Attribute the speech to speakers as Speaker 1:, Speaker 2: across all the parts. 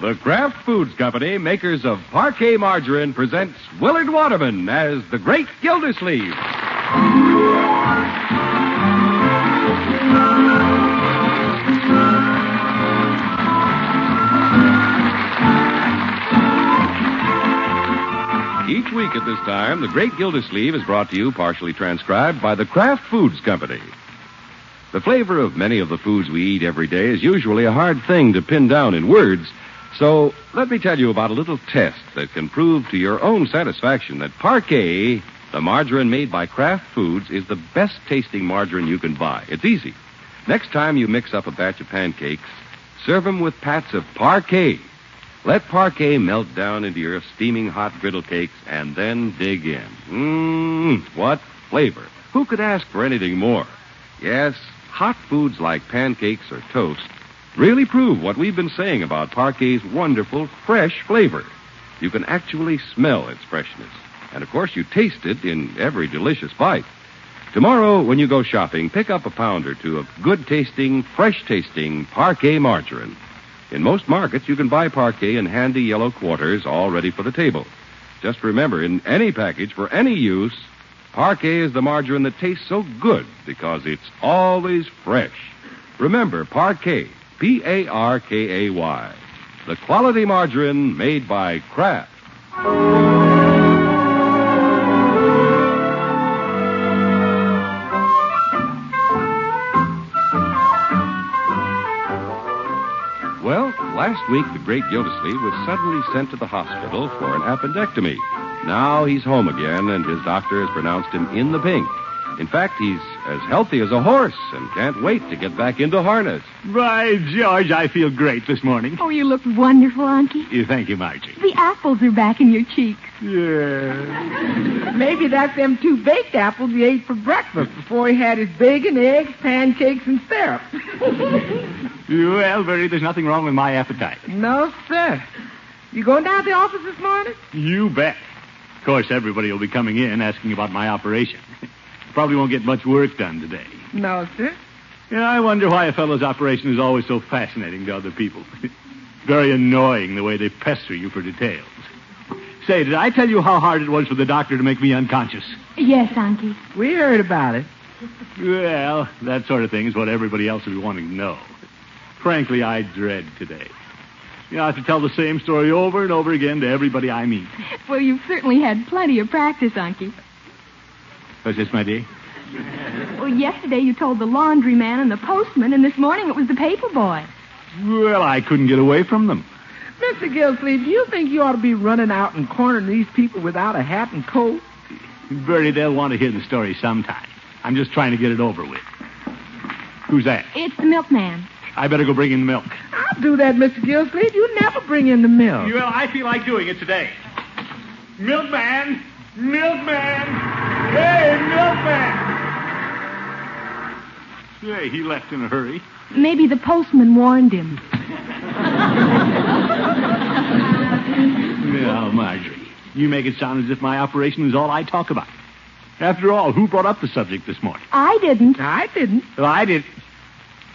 Speaker 1: The Kraft Foods Company, makers of parquet margarine, presents Willard Waterman as the Great Gildersleeve. Each week at this time, The Great Gildersleeve is brought to you, partially transcribed, by the Kraft Foods Company. The flavor of many of the foods we eat every day is usually a hard thing to pin down in words. So let me tell you about a little test that can prove to your own satisfaction that Parquet, the margarine made by Kraft Foods, is the best tasting margarine you can buy. It's easy. Next time you mix up a batch of pancakes, serve 'em with pats of Parquet. Let Parquet melt down into your steaming hot griddle cakes and then dig in. Mmm, what flavor. Who could ask for anything more? Yes, hot foods like pancakes or toast really prove what we've been saying about Parquet's wonderful fresh flavor. You can actually smell its freshness. And of course, you taste it in every delicious bite. Tomorrow, when you go shopping, pick up a pound or two of good tasting, fresh tasting Parquet margarine. In most markets, you can buy Parquet in handy yellow quarters all ready for the table. Just remember, in any package for any use, Parquet is the margarine that tastes so good because it's always fresh. Remember, Parquet, P A R K A Y, the quality margarine made by Kraft. Well, last week the great Gildersleeve was suddenly sent to the hospital for an appendectomy. Now he's home again, and his doctor has pronounced him in the pink. In fact, he's as healthy as a horse and can't wait to get back into harness.
Speaker 2: By George, I feel great this morning.
Speaker 3: Oh, you look wonderful, Unky.
Speaker 2: Yeah, Thank you, Margie.
Speaker 3: The apples are back in your cheeks.
Speaker 2: Yeah.
Speaker 4: Maybe that's them two baked apples he ate for breakfast before he had his bacon, eggs, pancakes, and syrup.
Speaker 2: Well, Bertie, there's nothing wrong with my appetite.
Speaker 4: no, sir. You going down to the office this morning?
Speaker 2: You bet. Of course, everybody will be coming in asking about my operation. Probably won't get much work done today.
Speaker 4: No, sir.
Speaker 2: Yeah, I wonder why a fellow's operation is always so fascinating to other people. Very annoying the way they pester you for details. Say, did I tell you how hard it was for the doctor to make me unconscious?
Speaker 3: Yes, Unky.
Speaker 4: We heard about it.
Speaker 2: Well, that sort of thing is what everybody else will be wanting to know. Frankly, I dread today. You know, I have to tell the same story over and over again to everybody I meet.
Speaker 3: Well, you've certainly had plenty of practice, Unky.
Speaker 2: Was this my day?
Speaker 3: Well, yesterday you told the laundry man and the postman, and this morning it was the paper boy.
Speaker 2: Well, I couldn't get away from them.
Speaker 4: Mr. Gilsleeve, do you think you ought to be running out and cornering these people without a hat and coat?
Speaker 2: Bertie, they'll want to hear the story sometime. I'm just trying to get it over with. Who's that?
Speaker 3: It's the milkman.
Speaker 2: I better go bring in the milk.
Speaker 4: I'll do that, Mr. Gilsleeve. You never bring in the milk.
Speaker 2: Well, I feel like doing it today. Milkman! Milkman! Hey, milkman! Say, he left in a hurry.
Speaker 3: Maybe the postman warned him.
Speaker 2: Now, Marjorie, you make it sound as if my operation is all I talk about. After all, who brought up the subject this morning?
Speaker 3: I didn't.
Speaker 4: I didn't.
Speaker 2: Well, I did.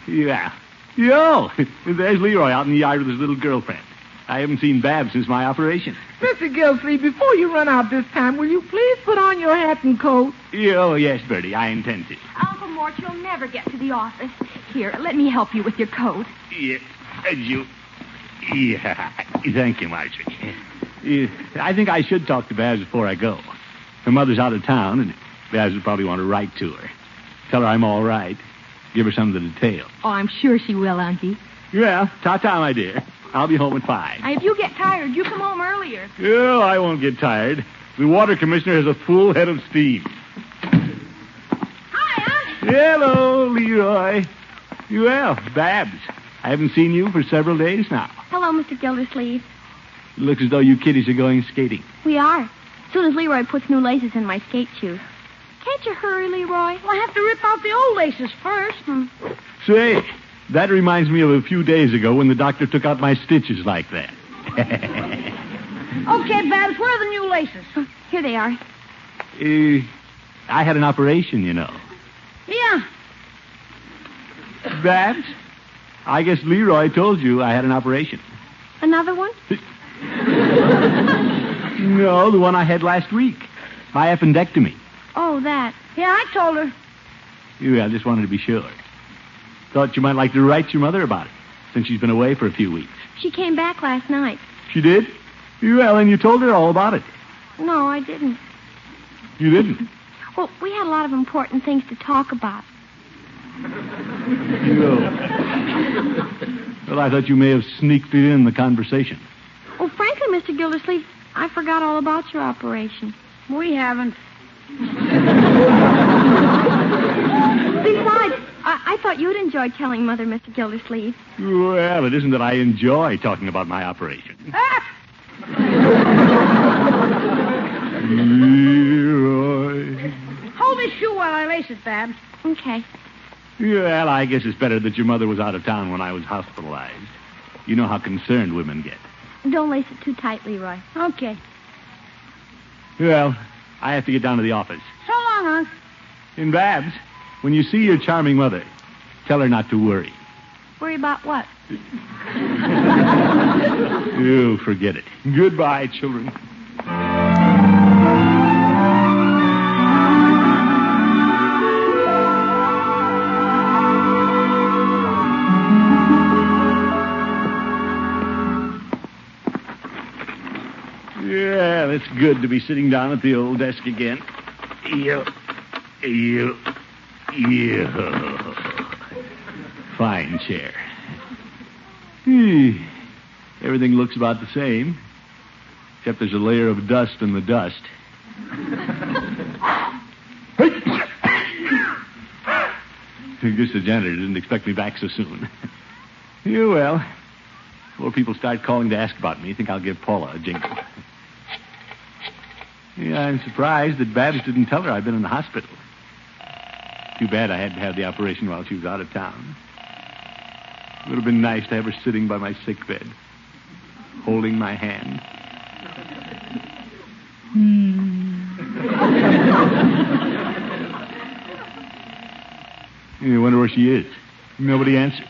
Speaker 2: Yeah. Yo, there's Leroy out in the yard with his little girlfriend. I haven't seen Bab since my operation.
Speaker 4: Mr. Gilsleeve, before you run out this time, will you please put on your hat and coat?
Speaker 2: Oh, yes, Bertie, I intend to.
Speaker 3: Uncle Mort, you'll never get to the office. Here, let me help you with your coat.
Speaker 2: Yeah, and you. Yeah, thank you, Marjorie. Yeah, I think I should talk to Babs before I go. Her mother's out of town, and Babs would probably want to write to her. Tell her I'm all right. Give her some of the details.
Speaker 3: Oh, I'm sure she will, Unky.
Speaker 2: Yeah, ta ta, my dear. I'll be home at five.
Speaker 3: Now, If you get tired, you come home earlier.
Speaker 2: Oh, I won't get tired. The water commissioner has a full head of steam.
Speaker 3: Hi, Unky.
Speaker 2: Hello, Leroy. Well, Babs, I haven't seen you for several days now.
Speaker 5: Hello, Mr. Gildersleeve.
Speaker 2: Looks as though you kiddies are going skating.
Speaker 5: We are. Soon as Leroy puts new laces in my skate shoes. Can't you hurry, Leroy? Well, I have to rip out the old laces first.
Speaker 2: Say, that reminds me of a few days ago when the doctor took out my stitches like that.
Speaker 5: Okay, Babs, where are the new laces? Here they are.
Speaker 2: Uh, I had an operation, you know.
Speaker 5: Yeah.
Speaker 2: Babs? I guess Leroy told you I had an operation.
Speaker 5: Another one?
Speaker 2: No, the one I had last week. My appendectomy.
Speaker 5: Oh, that.
Speaker 4: Yeah, I told her.
Speaker 2: Yeah, I just wanted to be sure. Thought you might like to write your mother about it, since she's been away for a few weeks.
Speaker 5: She came back last night.
Speaker 2: She did? Well, and you told her all about it.
Speaker 5: No, I didn't.
Speaker 2: You didn't.
Speaker 5: Well, we had a lot of important things to talk about.
Speaker 2: Well, I thought you may have sneaked it in the conversation.
Speaker 5: Well, frankly, Mr. Gildersleeve, I forgot all about your operation.
Speaker 4: We haven't.
Speaker 5: Besides, I, I thought you'd enjoy telling Mother, Mr. Gildersleeve.
Speaker 2: Well, it isn't that I enjoy talking about my operation. Leroy.
Speaker 4: Hold his shoe while I lace it, Babs.
Speaker 5: Okay.
Speaker 2: Well, I guess it's better that your mother was out of town when I was hospitalized. You know how concerned women get.
Speaker 5: Don't lace it too tight, Leroy.
Speaker 4: Okay.
Speaker 2: Well, I have to get down to the office.
Speaker 4: So long, Unc.
Speaker 2: And Babs, when you see your charming mother, tell her not to worry.
Speaker 5: Worry about what?
Speaker 2: You forget it. Goodbye, children. Yeah, it's good to be sitting down at the old desk again. You, you, you. Fine chair. Hmm. Everything looks about the same, except there's a layer of dust in the dust. Hey! I guess the janitor didn't expect me back so soon. yeah, well, before people start calling to ask about me, I think I'll give Paula a jingle. Yeah, I'm surprised that Babs didn't tell her I've been in the hospital. Too bad I had to have the operation while she was out of town. It would have been nice to have her sitting by my sick bed, holding my hand. Hmm. you wonder where she is. Nobody answers.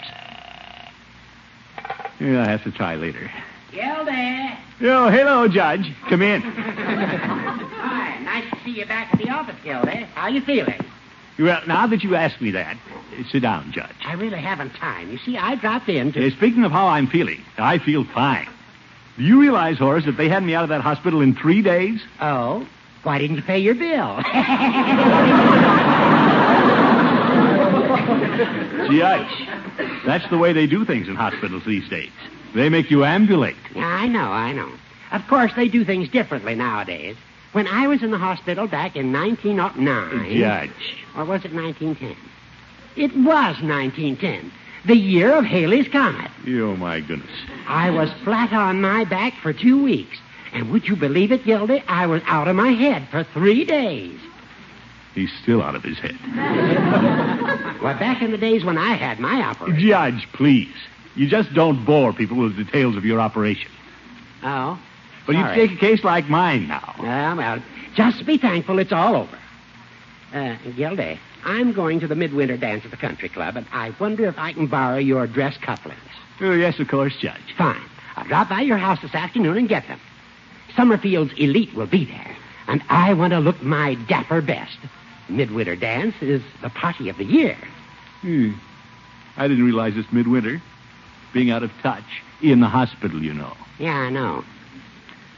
Speaker 2: Yeah, I have to try later.
Speaker 6: Gilda!
Speaker 2: Oh, hello, Judge. Come in.
Speaker 6: Hi, nice to see you back at the office, Gilda. How you feeling?
Speaker 2: Well, now that you ask me that, uh, sit down, Judge.
Speaker 6: I really haven't time. You see, I dropped in to...
Speaker 2: Uh, speaking of how I'm feeling, I feel fine. Do you realize, Horace, that they had me out of that hospital in three days?
Speaker 6: Oh? Why didn't you pay your bill?
Speaker 2: Judge, that's the way they do things in hospitals these days. They make you ambulate.
Speaker 6: I know, I know. Of course, they do things differently nowadays. When I was in the hospital back in 1909...
Speaker 2: Judge.
Speaker 6: Or was it 1910? It was 1910, the year of Halley's Comet.
Speaker 2: Oh, my goodness.
Speaker 6: I was flat on my back for two weeks. And would you believe it, Gildy? I was out of my head for three days.
Speaker 2: He's still out of his head.
Speaker 6: Well, back in the days when I had my operation.
Speaker 2: Judge, please. You just don't bore people with the details of your operation.
Speaker 6: Oh.
Speaker 2: But
Speaker 6: Sorry.
Speaker 2: you take a case like mine now.
Speaker 6: Well, well, just be thankful it's all over. Uh, Gildy, I'm going to the midwinter dance at the country club, and I wonder if I can borrow your dress cufflinks.
Speaker 2: Oh, yes, of course, Judge.
Speaker 6: Fine. I'll drop by your house this afternoon and get them. Summerfield's elite will be there, and I want to look my dapper best. Midwinter dance is the party of the year.
Speaker 2: Hmm. I didn't realize it's midwinter. Being out of touch. In the hospital, you know.
Speaker 6: Yeah, I know.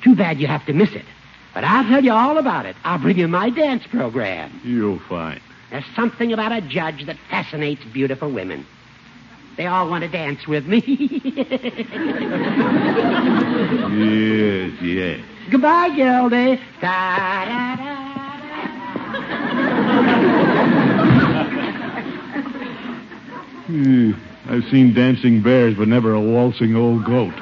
Speaker 6: Too bad you have to miss it. But I'll tell you all about it. I'll bring you my dance program.
Speaker 2: You're fine.
Speaker 6: There's something about a judge that fascinates beautiful women. They all want to dance with me.
Speaker 2: Yes, yes.
Speaker 6: Goodbye, Gildy. Da-da-da-da.
Speaker 2: Hmm. I've seen dancing bears, but never a waltzing old goat.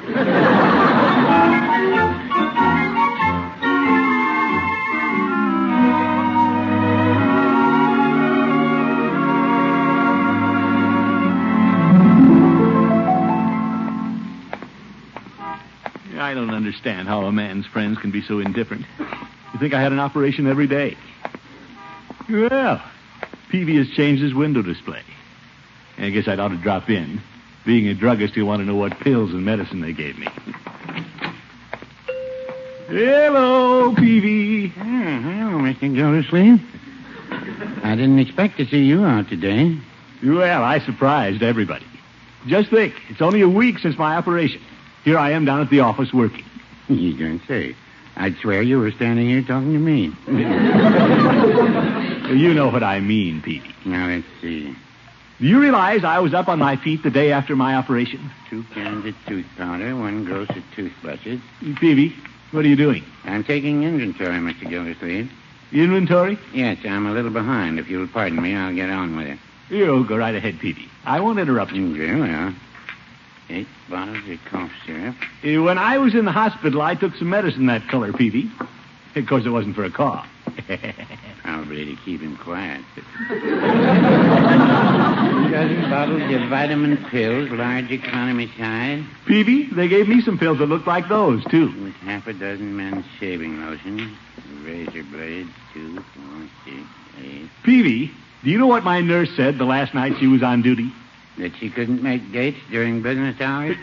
Speaker 2: I don't understand how a man's friends can be so indifferent. You think I had an operation every day? Well, Peavy has changed his window display. I guess I'd ought to drop in. Being a druggist, he'll want to know what pills and medicine they gave me. Hello, Peavy.
Speaker 7: hello, Mr. Gildersleeve. I didn't expect to see you out today.
Speaker 2: Well, I surprised everybody. Just think, it's only a week since my operation. Here I am down at the office working.
Speaker 7: You don't say. I'd swear you were standing here talking to me.
Speaker 2: You know what I mean, Peavy.
Speaker 7: Now, let's see.
Speaker 2: Do you realize I was up on my feet the day after my operation?
Speaker 7: Two cans of tooth powder, one gross of toothbrushes.
Speaker 2: Peavy, what are you doing?
Speaker 7: I'm taking inventory, Mr. Gildersleeve.
Speaker 2: Inventory?
Speaker 7: Yes, I'm a little behind. If you'll pardon me, I'll get on with it.
Speaker 2: You go right ahead, Peavy. I won't interrupt you.
Speaker 7: Very well. Eight bottles of cough syrup.
Speaker 2: Uh, When I was in the hospital, I took some medicine that color, Peavy. Of course, it wasn't for a cough.
Speaker 7: Probably to keep him quiet. Dozen bottles of vitamin pills, large economy size,
Speaker 2: Peavy, they gave me some pills that looked like those, too.
Speaker 7: with half a dozen men's shaving lotions, razor blades, two, four, six, eight.
Speaker 2: Peavy, do you know what my nurse said the last night she was on duty?
Speaker 7: That she couldn't make dates during business hours?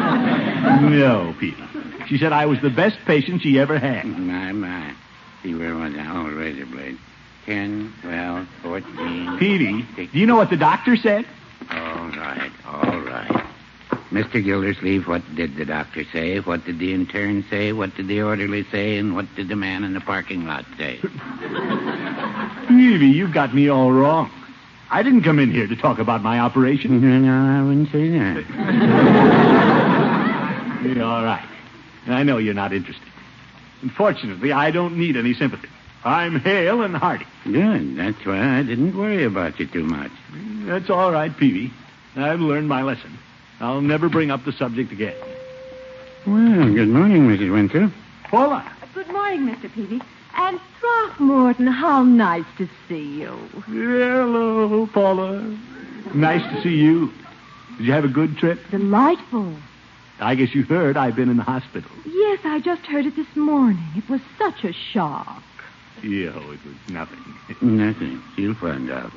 Speaker 2: No, Peavy. She said I was the best patient she ever had.
Speaker 7: my, my. See, where was I? Oh, razor blade. Ten, twelve, fourteen.
Speaker 2: Peavy, do
Speaker 7: sixteen.
Speaker 2: you know what the doctor said?
Speaker 7: All right, all right. Mr. Gildersleeve, what did the doctor say? What did the intern say? What did the orderly say? And what did the man in the parking lot say?
Speaker 2: Peavy, you got me all wrong. I didn't come in here to talk about my operation.
Speaker 7: no, no, I wouldn't say that.
Speaker 2: Yeah, all right. I know you're not interested. Unfortunately, I don't need any sympathy. I'm hale and hearty.
Speaker 7: Good. That's why I didn't worry about you too much.
Speaker 2: That's all right, Peavy. I've learned my lesson. I'll never bring up the subject again.
Speaker 7: Well, good morning, Mrs. Winthrop.
Speaker 2: Paula,
Speaker 3: Good morning, Mr. Peavy. And Throckmorton, how nice to see you.
Speaker 2: Hello, Paula. Nice to see you. Did you have a good trip?
Speaker 3: Delightful.
Speaker 2: I guess you heard I've been in the hospital.
Speaker 3: Yes, I just heard it this morning. It was such a shock.
Speaker 2: Yeah, oh, it was nothing.
Speaker 7: Nothing. You'll find out.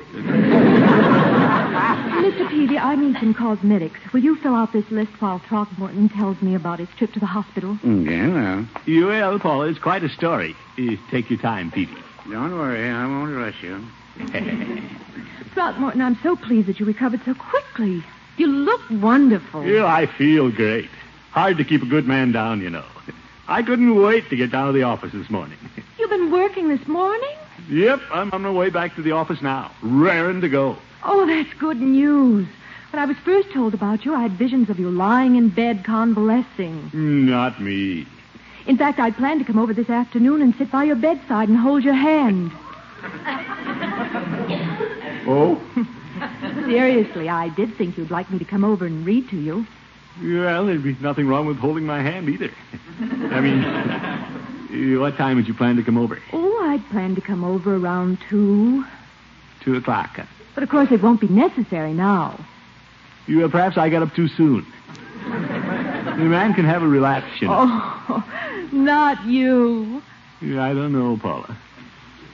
Speaker 3: Mr. Peavy, I need some cosmetics. Will you fill out this list while Throckmorton tells me about his trip to the hospital?
Speaker 7: Yeah, well.
Speaker 2: Well, Paula, it's quite a story. Eh, Take your time, Peavy.
Speaker 7: Don't worry. I won't rush you.
Speaker 3: Throckmorton, I'm so pleased that you recovered so quickly. You look wonderful.
Speaker 2: Yeah, I feel great. Hard to keep a good man down, you know. I couldn't wait to get down to the office this morning.
Speaker 3: You've been working this morning?
Speaker 2: Yep, I'm on my way back to the office now, raring to go.
Speaker 3: Oh, that's good news. When I was first told about you, I had visions of you lying in bed convalescing.
Speaker 2: Not me.
Speaker 3: In fact, I planned to come over this afternoon and sit by your bedside and hold your hand.
Speaker 2: Oh?
Speaker 3: Seriously, I did think you'd like me to come over and read to you.
Speaker 2: Well, there'd be nothing wrong with holding my hand either. I mean, eh, what time did you plan to come over?
Speaker 3: Oh, I'd planned to come over around two.
Speaker 2: Two o'clock.
Speaker 3: But of course, it won't be necessary now.
Speaker 2: You, uh, perhaps I got up too soon. the man can have a relapse, you know.
Speaker 3: Oh, not you.
Speaker 2: Yeah, I don't know, Paula.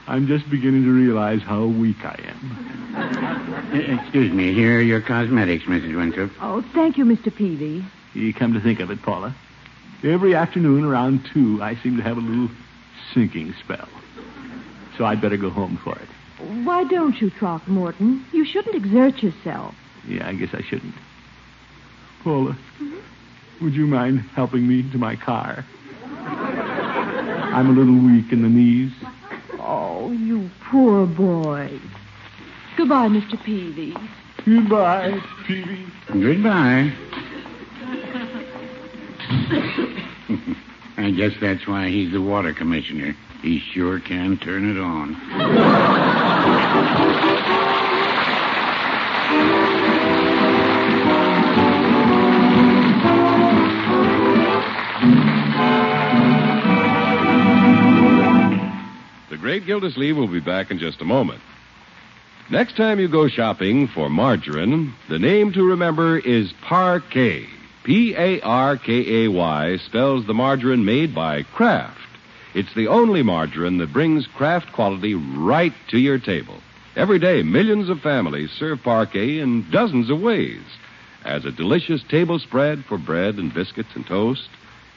Speaker 2: I'm just beginning to realize how weak I am.
Speaker 7: E, Excuse me. Here are your cosmetics, Mrs. Winthrop.
Speaker 3: Oh, thank you, Mr. Peavy.
Speaker 2: You come to think of it, Paula. Every afternoon around two, I seem to have a little sinking spell. So I'd better go home for it.
Speaker 3: Why don't you, Throckmorton? You shouldn't exert yourself.
Speaker 2: Yeah, I guess I shouldn't. Paula, would you mind helping me to my car? I'm a little weak in the knees.
Speaker 3: Oh, you poor boy. Goodbye, Mr. Peavy.
Speaker 2: Goodbye, Peavy.
Speaker 7: Goodbye. I guess that's why he's the water commissioner. He sure can turn it on.
Speaker 1: The Great Gildersleeve will be back in just a moment. Next time you go shopping for margarine, the name to remember is Parquet. P A R K A Y spells the margarine made by Kraft. It's the only margarine that brings Kraft quality right to your table. Every day, millions of families serve parquet in dozens of ways as a delicious table spread for bread and biscuits and toast,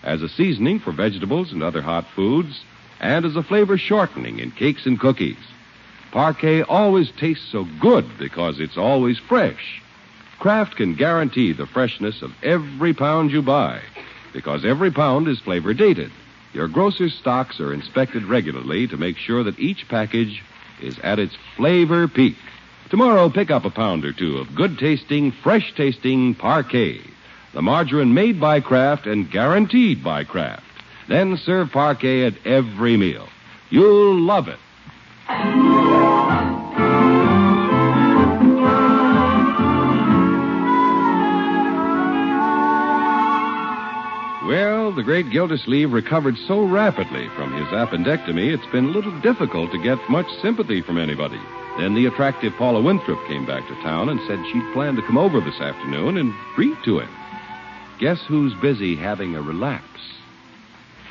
Speaker 1: as a seasoning for vegetables and other hot foods, and as a flavor shortening in cakes and cookies. Parquet always tastes so good because it's always fresh. Kraft can guarantee the freshness of every pound you buy because every pound is flavor dated. Your grocer's stocks are inspected regularly to make sure that each package is at its flavor peak. Tomorrow, pick up a pound or two of good tasting, fresh tasting parquet. The margarine made by Kraft and guaranteed by Kraft. Then serve parquet at every meal. You'll love it. Well, the great Gildersleeve recovered so rapidly from his appendectomy, it's been a little difficult to get much sympathy from anybody. Then the attractive Paula Winthrop came back to town and said she'd planned to come over this afternoon and read to him. Guess who's busy having a relapse?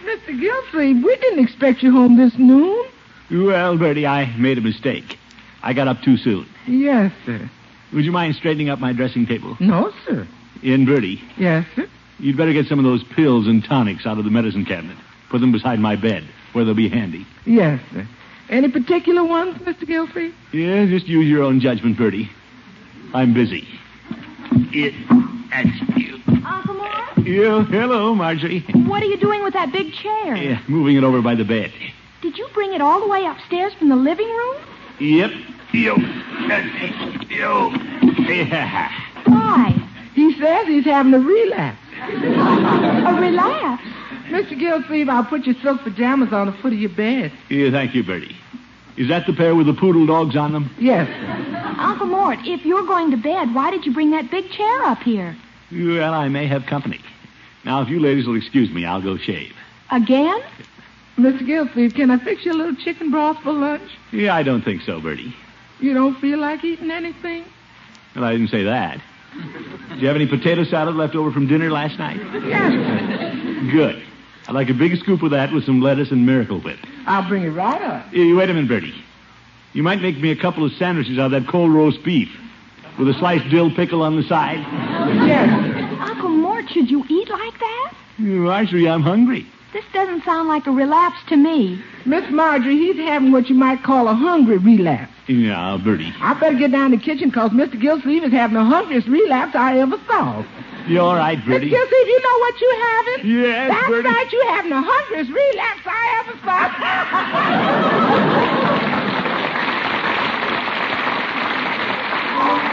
Speaker 4: Mr. Gildersleeve, we didn't expect you home this noon.
Speaker 2: Well, Bertie, I made a mistake. I got up too soon.
Speaker 4: Yes, sir.
Speaker 2: Would you mind straightening up my dressing table?
Speaker 4: No, sir.
Speaker 2: And Bertie,
Speaker 4: Yes, sir.
Speaker 2: you'd better get some of those pills and tonics out of the medicine cabinet. Put them beside my bed, where they'll be handy.
Speaker 4: Yes, sir. Any particular ones, Mr. Gildersleeve?
Speaker 2: Yeah, just use your own judgment, Bertie. I'm busy.
Speaker 6: It, that's you.
Speaker 3: Uncle Morris,
Speaker 2: Yeah, hello, Marjorie.
Speaker 3: what are you doing with that big chair?
Speaker 2: Yeah, moving it over by the bed.
Speaker 3: Did you bring it all the way upstairs from the living room?
Speaker 2: Yep.
Speaker 6: Yo. Yo.
Speaker 2: Yeah.
Speaker 3: Why?
Speaker 4: He says he's having a relapse.
Speaker 3: A relapse.
Speaker 4: Mr. Gildersleeve, I'll put your silk pajamas on the foot of your bed.
Speaker 2: Yeah, thank you, Bertie. Is that the pair with the poodle dogs on them?
Speaker 4: Yes, sir.
Speaker 3: Uncle Mort, if you're going to bed, why did you bring that big chair up here?
Speaker 2: Well, I may have company. Now, if you ladies will excuse me, I'll go shave.
Speaker 3: Again?
Speaker 4: Mr. Gildersleeve, can I fix you a little chicken broth for lunch?
Speaker 2: Yeah, I don't think so, Bertie.
Speaker 4: You don't feel like eating anything?
Speaker 2: Well, I didn't say that. Do you have any potato salad left over from dinner last night? Good. I'd like a big scoop of that with some lettuce and Miracle Whip.
Speaker 4: I'll bring it right up.
Speaker 2: Eh, Wait a minute, Bertie. You might make me a couple of sandwiches out of that cold roast beef with a sliced dill pickle on the side.
Speaker 3: Uncle Mort, should you eat like that?
Speaker 2: Marjorie, I'm hungry.
Speaker 3: This doesn't sound like a relapse to me.
Speaker 4: Miss Marjorie, he's having what you might call a hungry relapse.
Speaker 2: Yeah, Bertie.
Speaker 4: I better get down to the kitchen because Mr. Gildersleeve is having the hungriest relapse I ever saw.
Speaker 2: You all right,
Speaker 4: Mr.
Speaker 2: Bertie?
Speaker 4: Gildersleeve, you know what you're having?
Speaker 2: Yes,
Speaker 4: That's
Speaker 2: Bertie.
Speaker 4: right, you having the hungriest relapse I ever saw.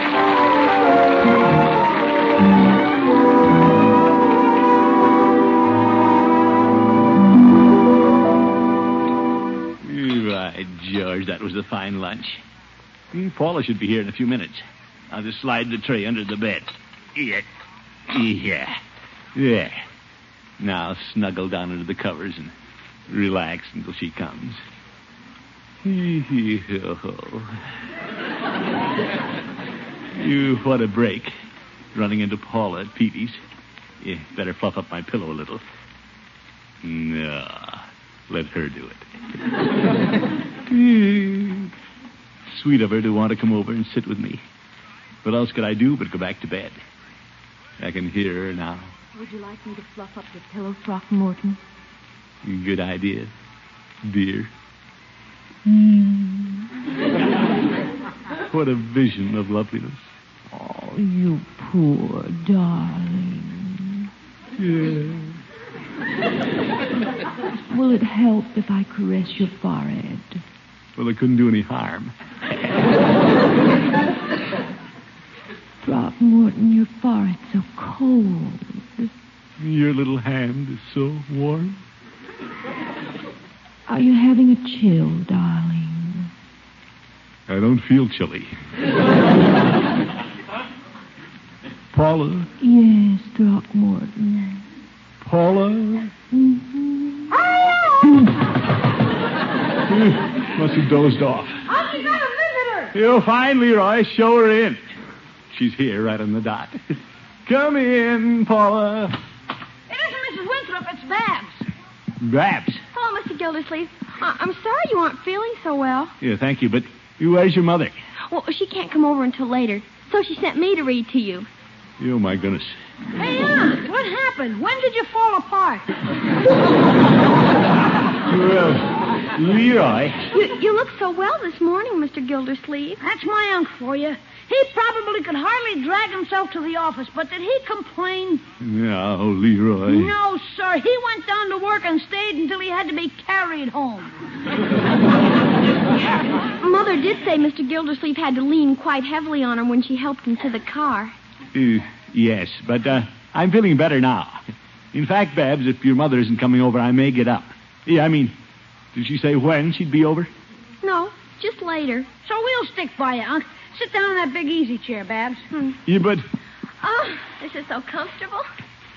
Speaker 2: Right, George. That was a fine lunch. Hmm, Paula should be here in a few minutes. I'll just slide the tray under the bed. Yeah. Yeah. There. Now snuggle down under the covers and relax until she comes. you, what a break. Running into Paula at Petey's. Yeah, better fluff up my pillow a little. No, let her do it. Sweet of her to want to come over and sit with me. What else could I do but go back to bed? I can hear her now.
Speaker 3: Would you like me to fluff up your pillow, Throckmorton?
Speaker 2: Good idea, dear. what a vision of loveliness.
Speaker 4: Oh, you poor darling. Will it help if I caress your forehead?
Speaker 2: Well, it couldn't do any harm.
Speaker 4: Throckmorton, your forehead's so cold.
Speaker 2: Your little hand is so warm.
Speaker 4: Are you having a chill, darling?
Speaker 2: I don't feel chilly. Paula,
Speaker 4: Yes, Throckmorton.
Speaker 2: Paula. Must have dozed off.
Speaker 3: Uncle, got a visitor!
Speaker 2: You fine, Leroy. Show her in. She's here, right on the dot. Come in, Paula.
Speaker 5: It isn't Mrs. Winthrop, it's Babs.
Speaker 2: Babs.
Speaker 5: Oh, Mr. Gildersleeve, I- I'm sorry you aren't feeling so well.
Speaker 2: Yeah, thank you, but where's your mother?
Speaker 5: Well, she can't come over until later, so she sent me to read to you.
Speaker 2: Oh, my goodness.
Speaker 5: Hey, Aunt, what happened?
Speaker 8: uh, happened? When did you fall apart?
Speaker 2: Well, Leroy.
Speaker 5: You, you look so well this morning, Mr. Gildersleeve.
Speaker 8: That's my uncle for you. He probably could hardly drag himself to the office, but did he complain?
Speaker 2: No, oh, Leroy.
Speaker 8: No, sir. He went down to work and stayed until he had to be carried home.
Speaker 5: Mother did say Mr. Gildersleeve had to lean quite heavily on her when she helped him to the car.
Speaker 2: Uh, yes, but uh, I'm feeling better now. In fact, Babs, if your mother isn't coming over, I may get up. Yeah, I mean, did she say when she'd be over?
Speaker 5: No, just later.
Speaker 8: So we'll stick by you, Unc. Sit down in that big easy chair, Babs.
Speaker 2: Yeah, but
Speaker 5: Oh, this is so comfortable.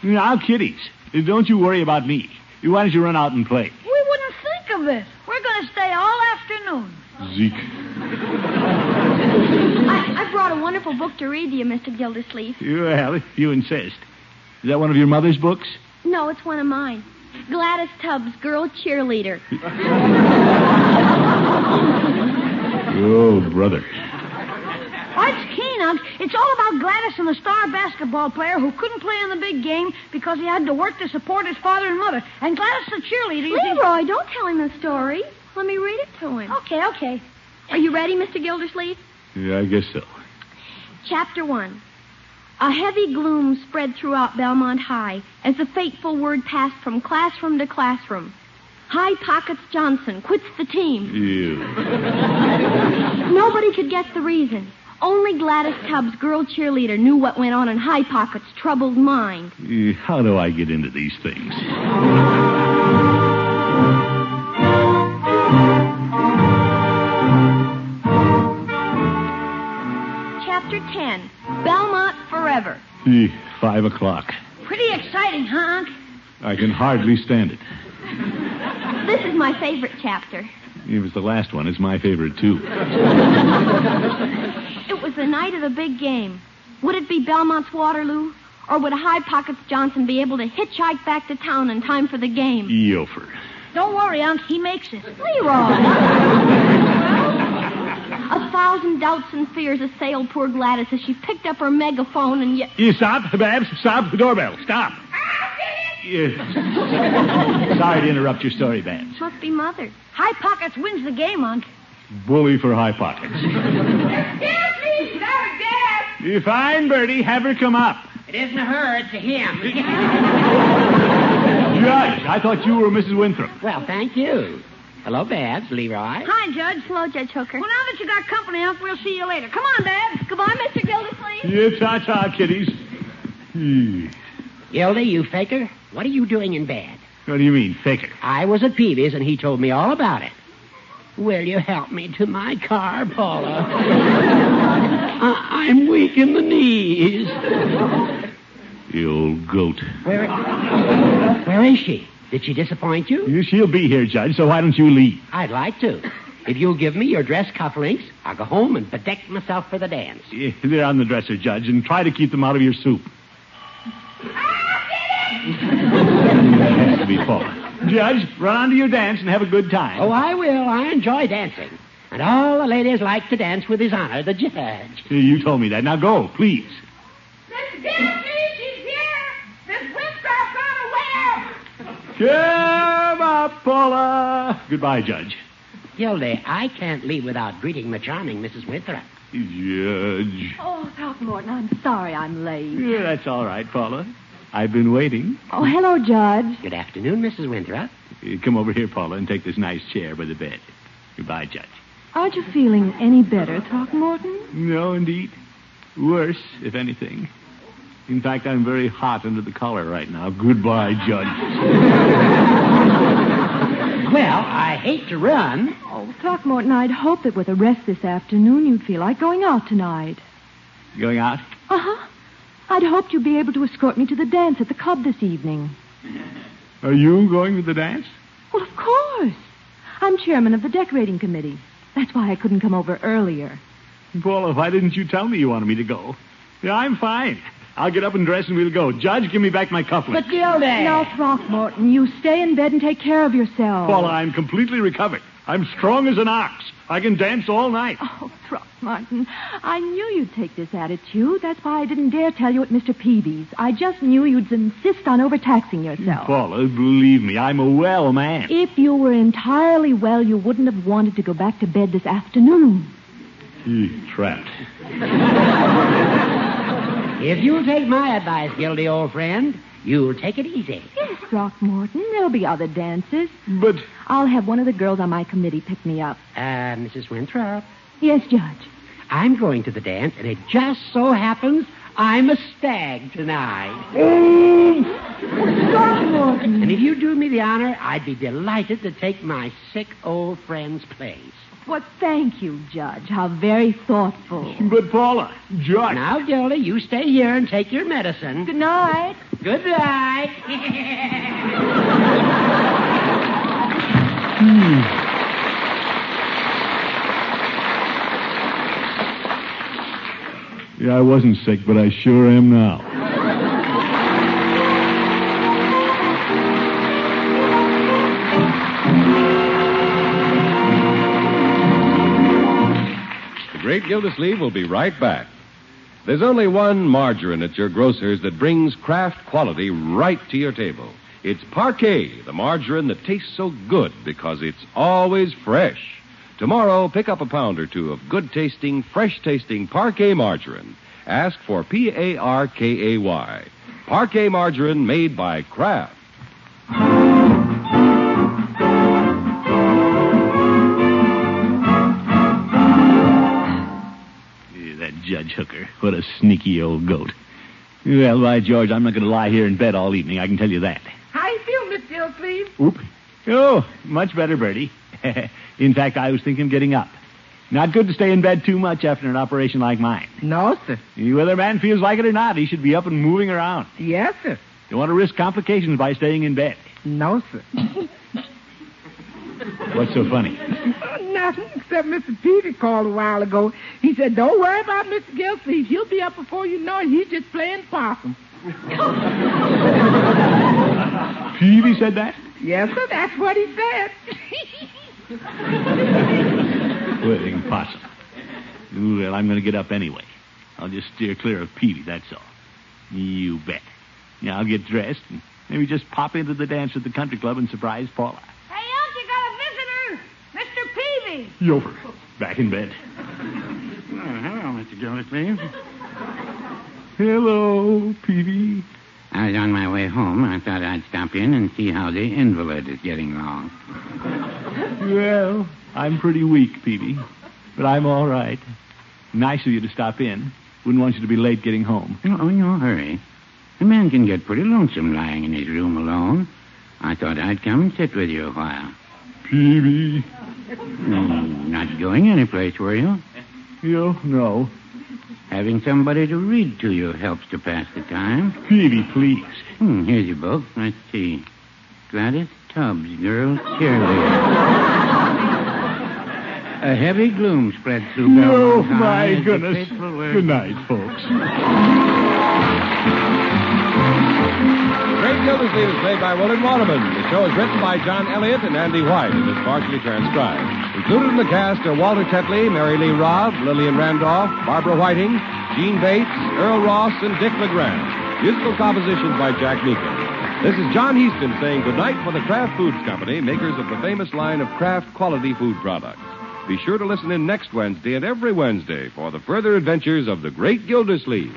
Speaker 2: now, kiddies, uh, don't you worry about me. Why don't you run out and play?
Speaker 8: We wouldn't think of this. We're going to stay all afternoon.
Speaker 2: Zeke.
Speaker 5: I, I brought a wonderful book to read to you, Mr. Gildersleeve.
Speaker 2: Well, if you insist. Is that one of your mother's books?
Speaker 5: No, it's one of mine. Gladys Tubbs, Girl Cheerleader.
Speaker 2: Oh, brother.
Speaker 8: Oh, it's keen, Unc. It's all about Gladys and the star basketball player who couldn't play in the big game because he had to work to support his father and mother. And Gladys, the cheerleader, you think-
Speaker 5: Leroy, don't tell him the story. Let me read it to him.
Speaker 8: Okay, okay.
Speaker 5: Are you ready, Mr. Gildersleeve?
Speaker 2: Yeah, I guess so.
Speaker 5: Chapter 1. A heavy gloom spread throughout Belmont High as the fateful word passed from classroom to classroom. High Pockets Johnson quits the team.
Speaker 2: Ew.
Speaker 5: Nobody could guess the reason. Only Gladys Tubbs, girl cheerleader, knew what went on in High Pocket's troubled mind.
Speaker 2: Eh, How do I get into these things?
Speaker 5: Chapter 10. Belmont Forever.
Speaker 2: Eh, Five o'clock.
Speaker 8: Pretty exciting, huh, Unc?
Speaker 2: I can hardly stand it.
Speaker 5: This is my favorite chapter.
Speaker 2: It was the last one. It's my favorite, too.
Speaker 5: It was the night of the big game. Would it be Belmont's Waterloo? Or would High Pockets Johnson be able to hitchhike back to town in time for the game?
Speaker 2: Eofer.
Speaker 8: Don't worry, Unc. He makes it.
Speaker 5: A thousand doubts and fears assailed poor Gladys as she picked up her megaphone and yet.
Speaker 2: You stop, Babs. Stop the doorbell. Stop. Yeah. Sorry to interrupt your story, Babs.
Speaker 5: Must be Mother.
Speaker 8: High Pockets wins the game, Unc.
Speaker 2: Bully for high pockets. You Fine, Bertie. Have her come up.
Speaker 6: It isn't her, it's him.
Speaker 2: Judge, I thought you were Mrs. Winthrop.
Speaker 6: well, thank you. Hello, Babs, Leroy.
Speaker 8: Hi, Judge.
Speaker 5: Hello, Judge Hooker.
Speaker 8: Well, now that you got company, Unc, we'll see you later. Come on, Babs.
Speaker 5: Goodbye, Mr. Gildersleeve.
Speaker 2: Yeah, ta-ta, kiddies. Eh,
Speaker 6: Gilda, you faker. What are you doing in bed?
Speaker 2: What do you mean, faker?
Speaker 6: I was at Peavy's, and he told me all about it. Will you help me to my car, Paula? I- I'm weak in the knees.
Speaker 2: You old goat.
Speaker 6: Where, where is she? Did she disappoint you?
Speaker 2: Yeah, She'll be here, Judge, so why don't you leave?
Speaker 6: I'd like to. If you'll give me your dress cufflinks, I'll go home and bedeck myself for the dance.
Speaker 2: Yeah, They're on the dresser, Judge, and try to keep them out of your soup. It has to be Paula. Judge, run on to your dance and have a good time.
Speaker 6: Oh, I will. I enjoy dancing. And all the ladies like to dance with his honor, the judge.
Speaker 2: Yeah, You told me that. Now go, please. Come up, Paula. Goodbye, Judge.
Speaker 6: Gildy, I can't leave without greeting my charming Mrs. Winthrop.
Speaker 2: Judge.
Speaker 3: Oh, Throckmorton, I'm sorry I'm late.
Speaker 2: Yeah, that's all right, Paula. I've been waiting.
Speaker 3: Oh, hello, Judge.
Speaker 6: Good afternoon, Mrs. Winthrop.
Speaker 2: Uh, Come over here, Paula, and take this nice chair by the bed. Goodbye, Judge.
Speaker 3: Aren't you feeling any better, Throckmorton?
Speaker 2: No, indeed. Worse, if anything. In fact, I'm very hot under the collar right now. Goodbye, Judge.
Speaker 6: Well, I hate to run.
Speaker 3: Oh, Throckmorton, I'd hoped that with a rest this afternoon you'd feel like going out tonight.
Speaker 2: Going out?
Speaker 3: Uh huh. I'd hoped you'd be able to escort me to the dance at the club this evening.
Speaker 2: Are you going to the dance?
Speaker 3: Well, of course. I'm chairman of the decorating committee. That's why I couldn't come over earlier.
Speaker 2: Paula, why didn't you tell me you wanted me to go? Yeah, I'm fine. I'll get up and dress and we'll go. Judge, give me back my cufflinks.
Speaker 6: Gildy!
Speaker 3: Now, Throckmorton, you stay in bed and take care of yourself.
Speaker 2: Paula, I'm completely recovered. I'm strong as an ox. I can dance all night.
Speaker 3: Oh, Throckmorton, I knew you'd take this attitude. That's why I didn't dare tell you at Mr. Peavy's. I just knew you'd insist on overtaxing yourself.
Speaker 2: Paula, believe me, I'm a well man.
Speaker 3: If you were entirely well, you wouldn't have wanted to go back to bed this afternoon.
Speaker 2: Gee, trapped.
Speaker 6: If you'll take my advice, Gildy, old friend, you'll take it easy.
Speaker 3: Yes, Throckmorton, there'll be other dances.
Speaker 2: But
Speaker 3: I'll have one of the girls on my committee pick me up.
Speaker 6: Uh, Mrs. Winthrop,
Speaker 3: Yes, Judge.
Speaker 6: I'm going to the dance, and it just so happens I'm a stag tonight.
Speaker 3: Throckmorton.
Speaker 6: And if you do me the honor, I'd be delighted to take my sick old friend's place.
Speaker 3: Well, thank you, Judge. How very thoughtful.
Speaker 2: but Paula, Josh.
Speaker 6: Now, Gildy, you stay here and take your medicine.
Speaker 3: Good night.
Speaker 6: Good night.
Speaker 2: Yeah, I wasn't sick, but I sure am now.
Speaker 1: The Great Gildersleeve will be right back. There's only one margarine at your grocer's that brings craft quality right to your table. It's Parquet, the margarine that tastes so good because it's always fresh. Tomorrow, pick up a pound or two of good tasting, fresh tasting Parquet margarine. Ask for P A R K A Y. Parquet margarine made by Kraft.
Speaker 2: Yeah, That Judge Hooker. What a sneaky old goat. Well, by George, I'm not going to lie here in bed all evening, I can tell you that.
Speaker 4: How you feel, Mr. Gildersleeve?
Speaker 2: Oop. Oh, much better, Bertie. in fact, I was thinking of getting up. Not good to stay in bed too much after an operation like mine.
Speaker 4: No, sir.
Speaker 2: Whether a man feels like it or not, he should be up and moving around.
Speaker 4: Yes, sir.
Speaker 2: Don't want to risk complications by staying in bed.
Speaker 4: No, sir.
Speaker 2: What's so funny?
Speaker 4: Uh, Nothing except Mr. Peavy called a while ago. He said, don't worry about Mr. Gildersleeve. He'll be up before you know it. He's just playing possum.
Speaker 2: Peavy said that?
Speaker 4: Yes, sir. That's what he said.
Speaker 2: Well, impossible. Ooh, Well, I'm going to get up anyway. I'll just steer clear of Peavy, that's all. You bet. Now I'll get dressed and maybe just pop into the dance at the country club and surprise Paula.
Speaker 8: Hey, Elk, you got a visitor. Mr. Peavy.
Speaker 2: Yover. Back in bed.
Speaker 7: hello, Mr. Gildersleeve.
Speaker 2: Hello, Peavy.
Speaker 7: I was on my way home. I thought I'd stop in and see how the invalid is getting along.
Speaker 2: Well, I'm pretty weak, Peavy, but I'm all right. Nice of you to stop in. Wouldn't want you to be late getting home.
Speaker 7: Oh, no hurry. A man can get pretty lonesome lying in his room alone. I thought I'd come and sit with you a while.
Speaker 2: Peavy.
Speaker 7: Mm, not going anyplace, were you?
Speaker 2: You know.
Speaker 7: Having somebody to read to you helps to pass the time.
Speaker 2: Peavy, please.
Speaker 7: Hmm, here's your book. Let's see. Gladys Tubbs, Girls Cheerleader. A heavy gloom spread through
Speaker 2: Oh,
Speaker 7: Belmont's eyes
Speaker 2: my
Speaker 7: as the
Speaker 2: goodness.
Speaker 7: fateful word-
Speaker 2: Good night, folks.
Speaker 1: The Great Gildersleeve is played by Willard Waterman. The show is written by John Elliott and Andy White and is partially transcribed. Included in the cast are Walter Tetley, Mary Lee Robb, Lillian Randolph, Barbara Whiting, Gene Bates, Earl Ross, and Dick LeGrand. Musical compositions by Jack Meekin. This is John Heaston saying goodnight for the Kraft Foods Company, makers of the famous line of Kraft quality food products. Be sure to listen in next Wednesday and every Wednesday for the further adventures of the Great Gildersleeve.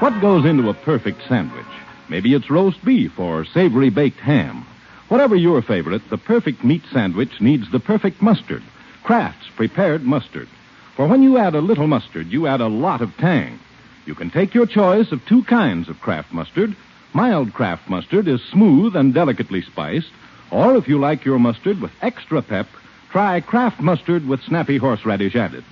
Speaker 1: What goes into a perfect sandwich? Maybe it's roast beef or savory baked ham. Whatever your favorite, the perfect meat sandwich needs the perfect mustard. Kraft's prepared mustard. For when you add a little mustard, you add a lot of tang. You can take your choice of two kinds of Kraft mustard. Mild Kraft mustard is smooth and delicately spiced, or if you like your mustard with extra pep, try Kraft mustard with snappy horseradish added.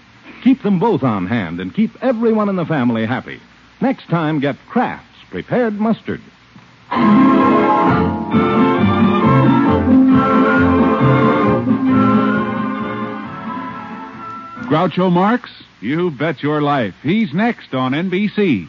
Speaker 1: Keep them both on hand and keep everyone in the family happy. Next time, get Kraft's prepared mustard. Groucho Marx? You bet your life. He's next on NBC.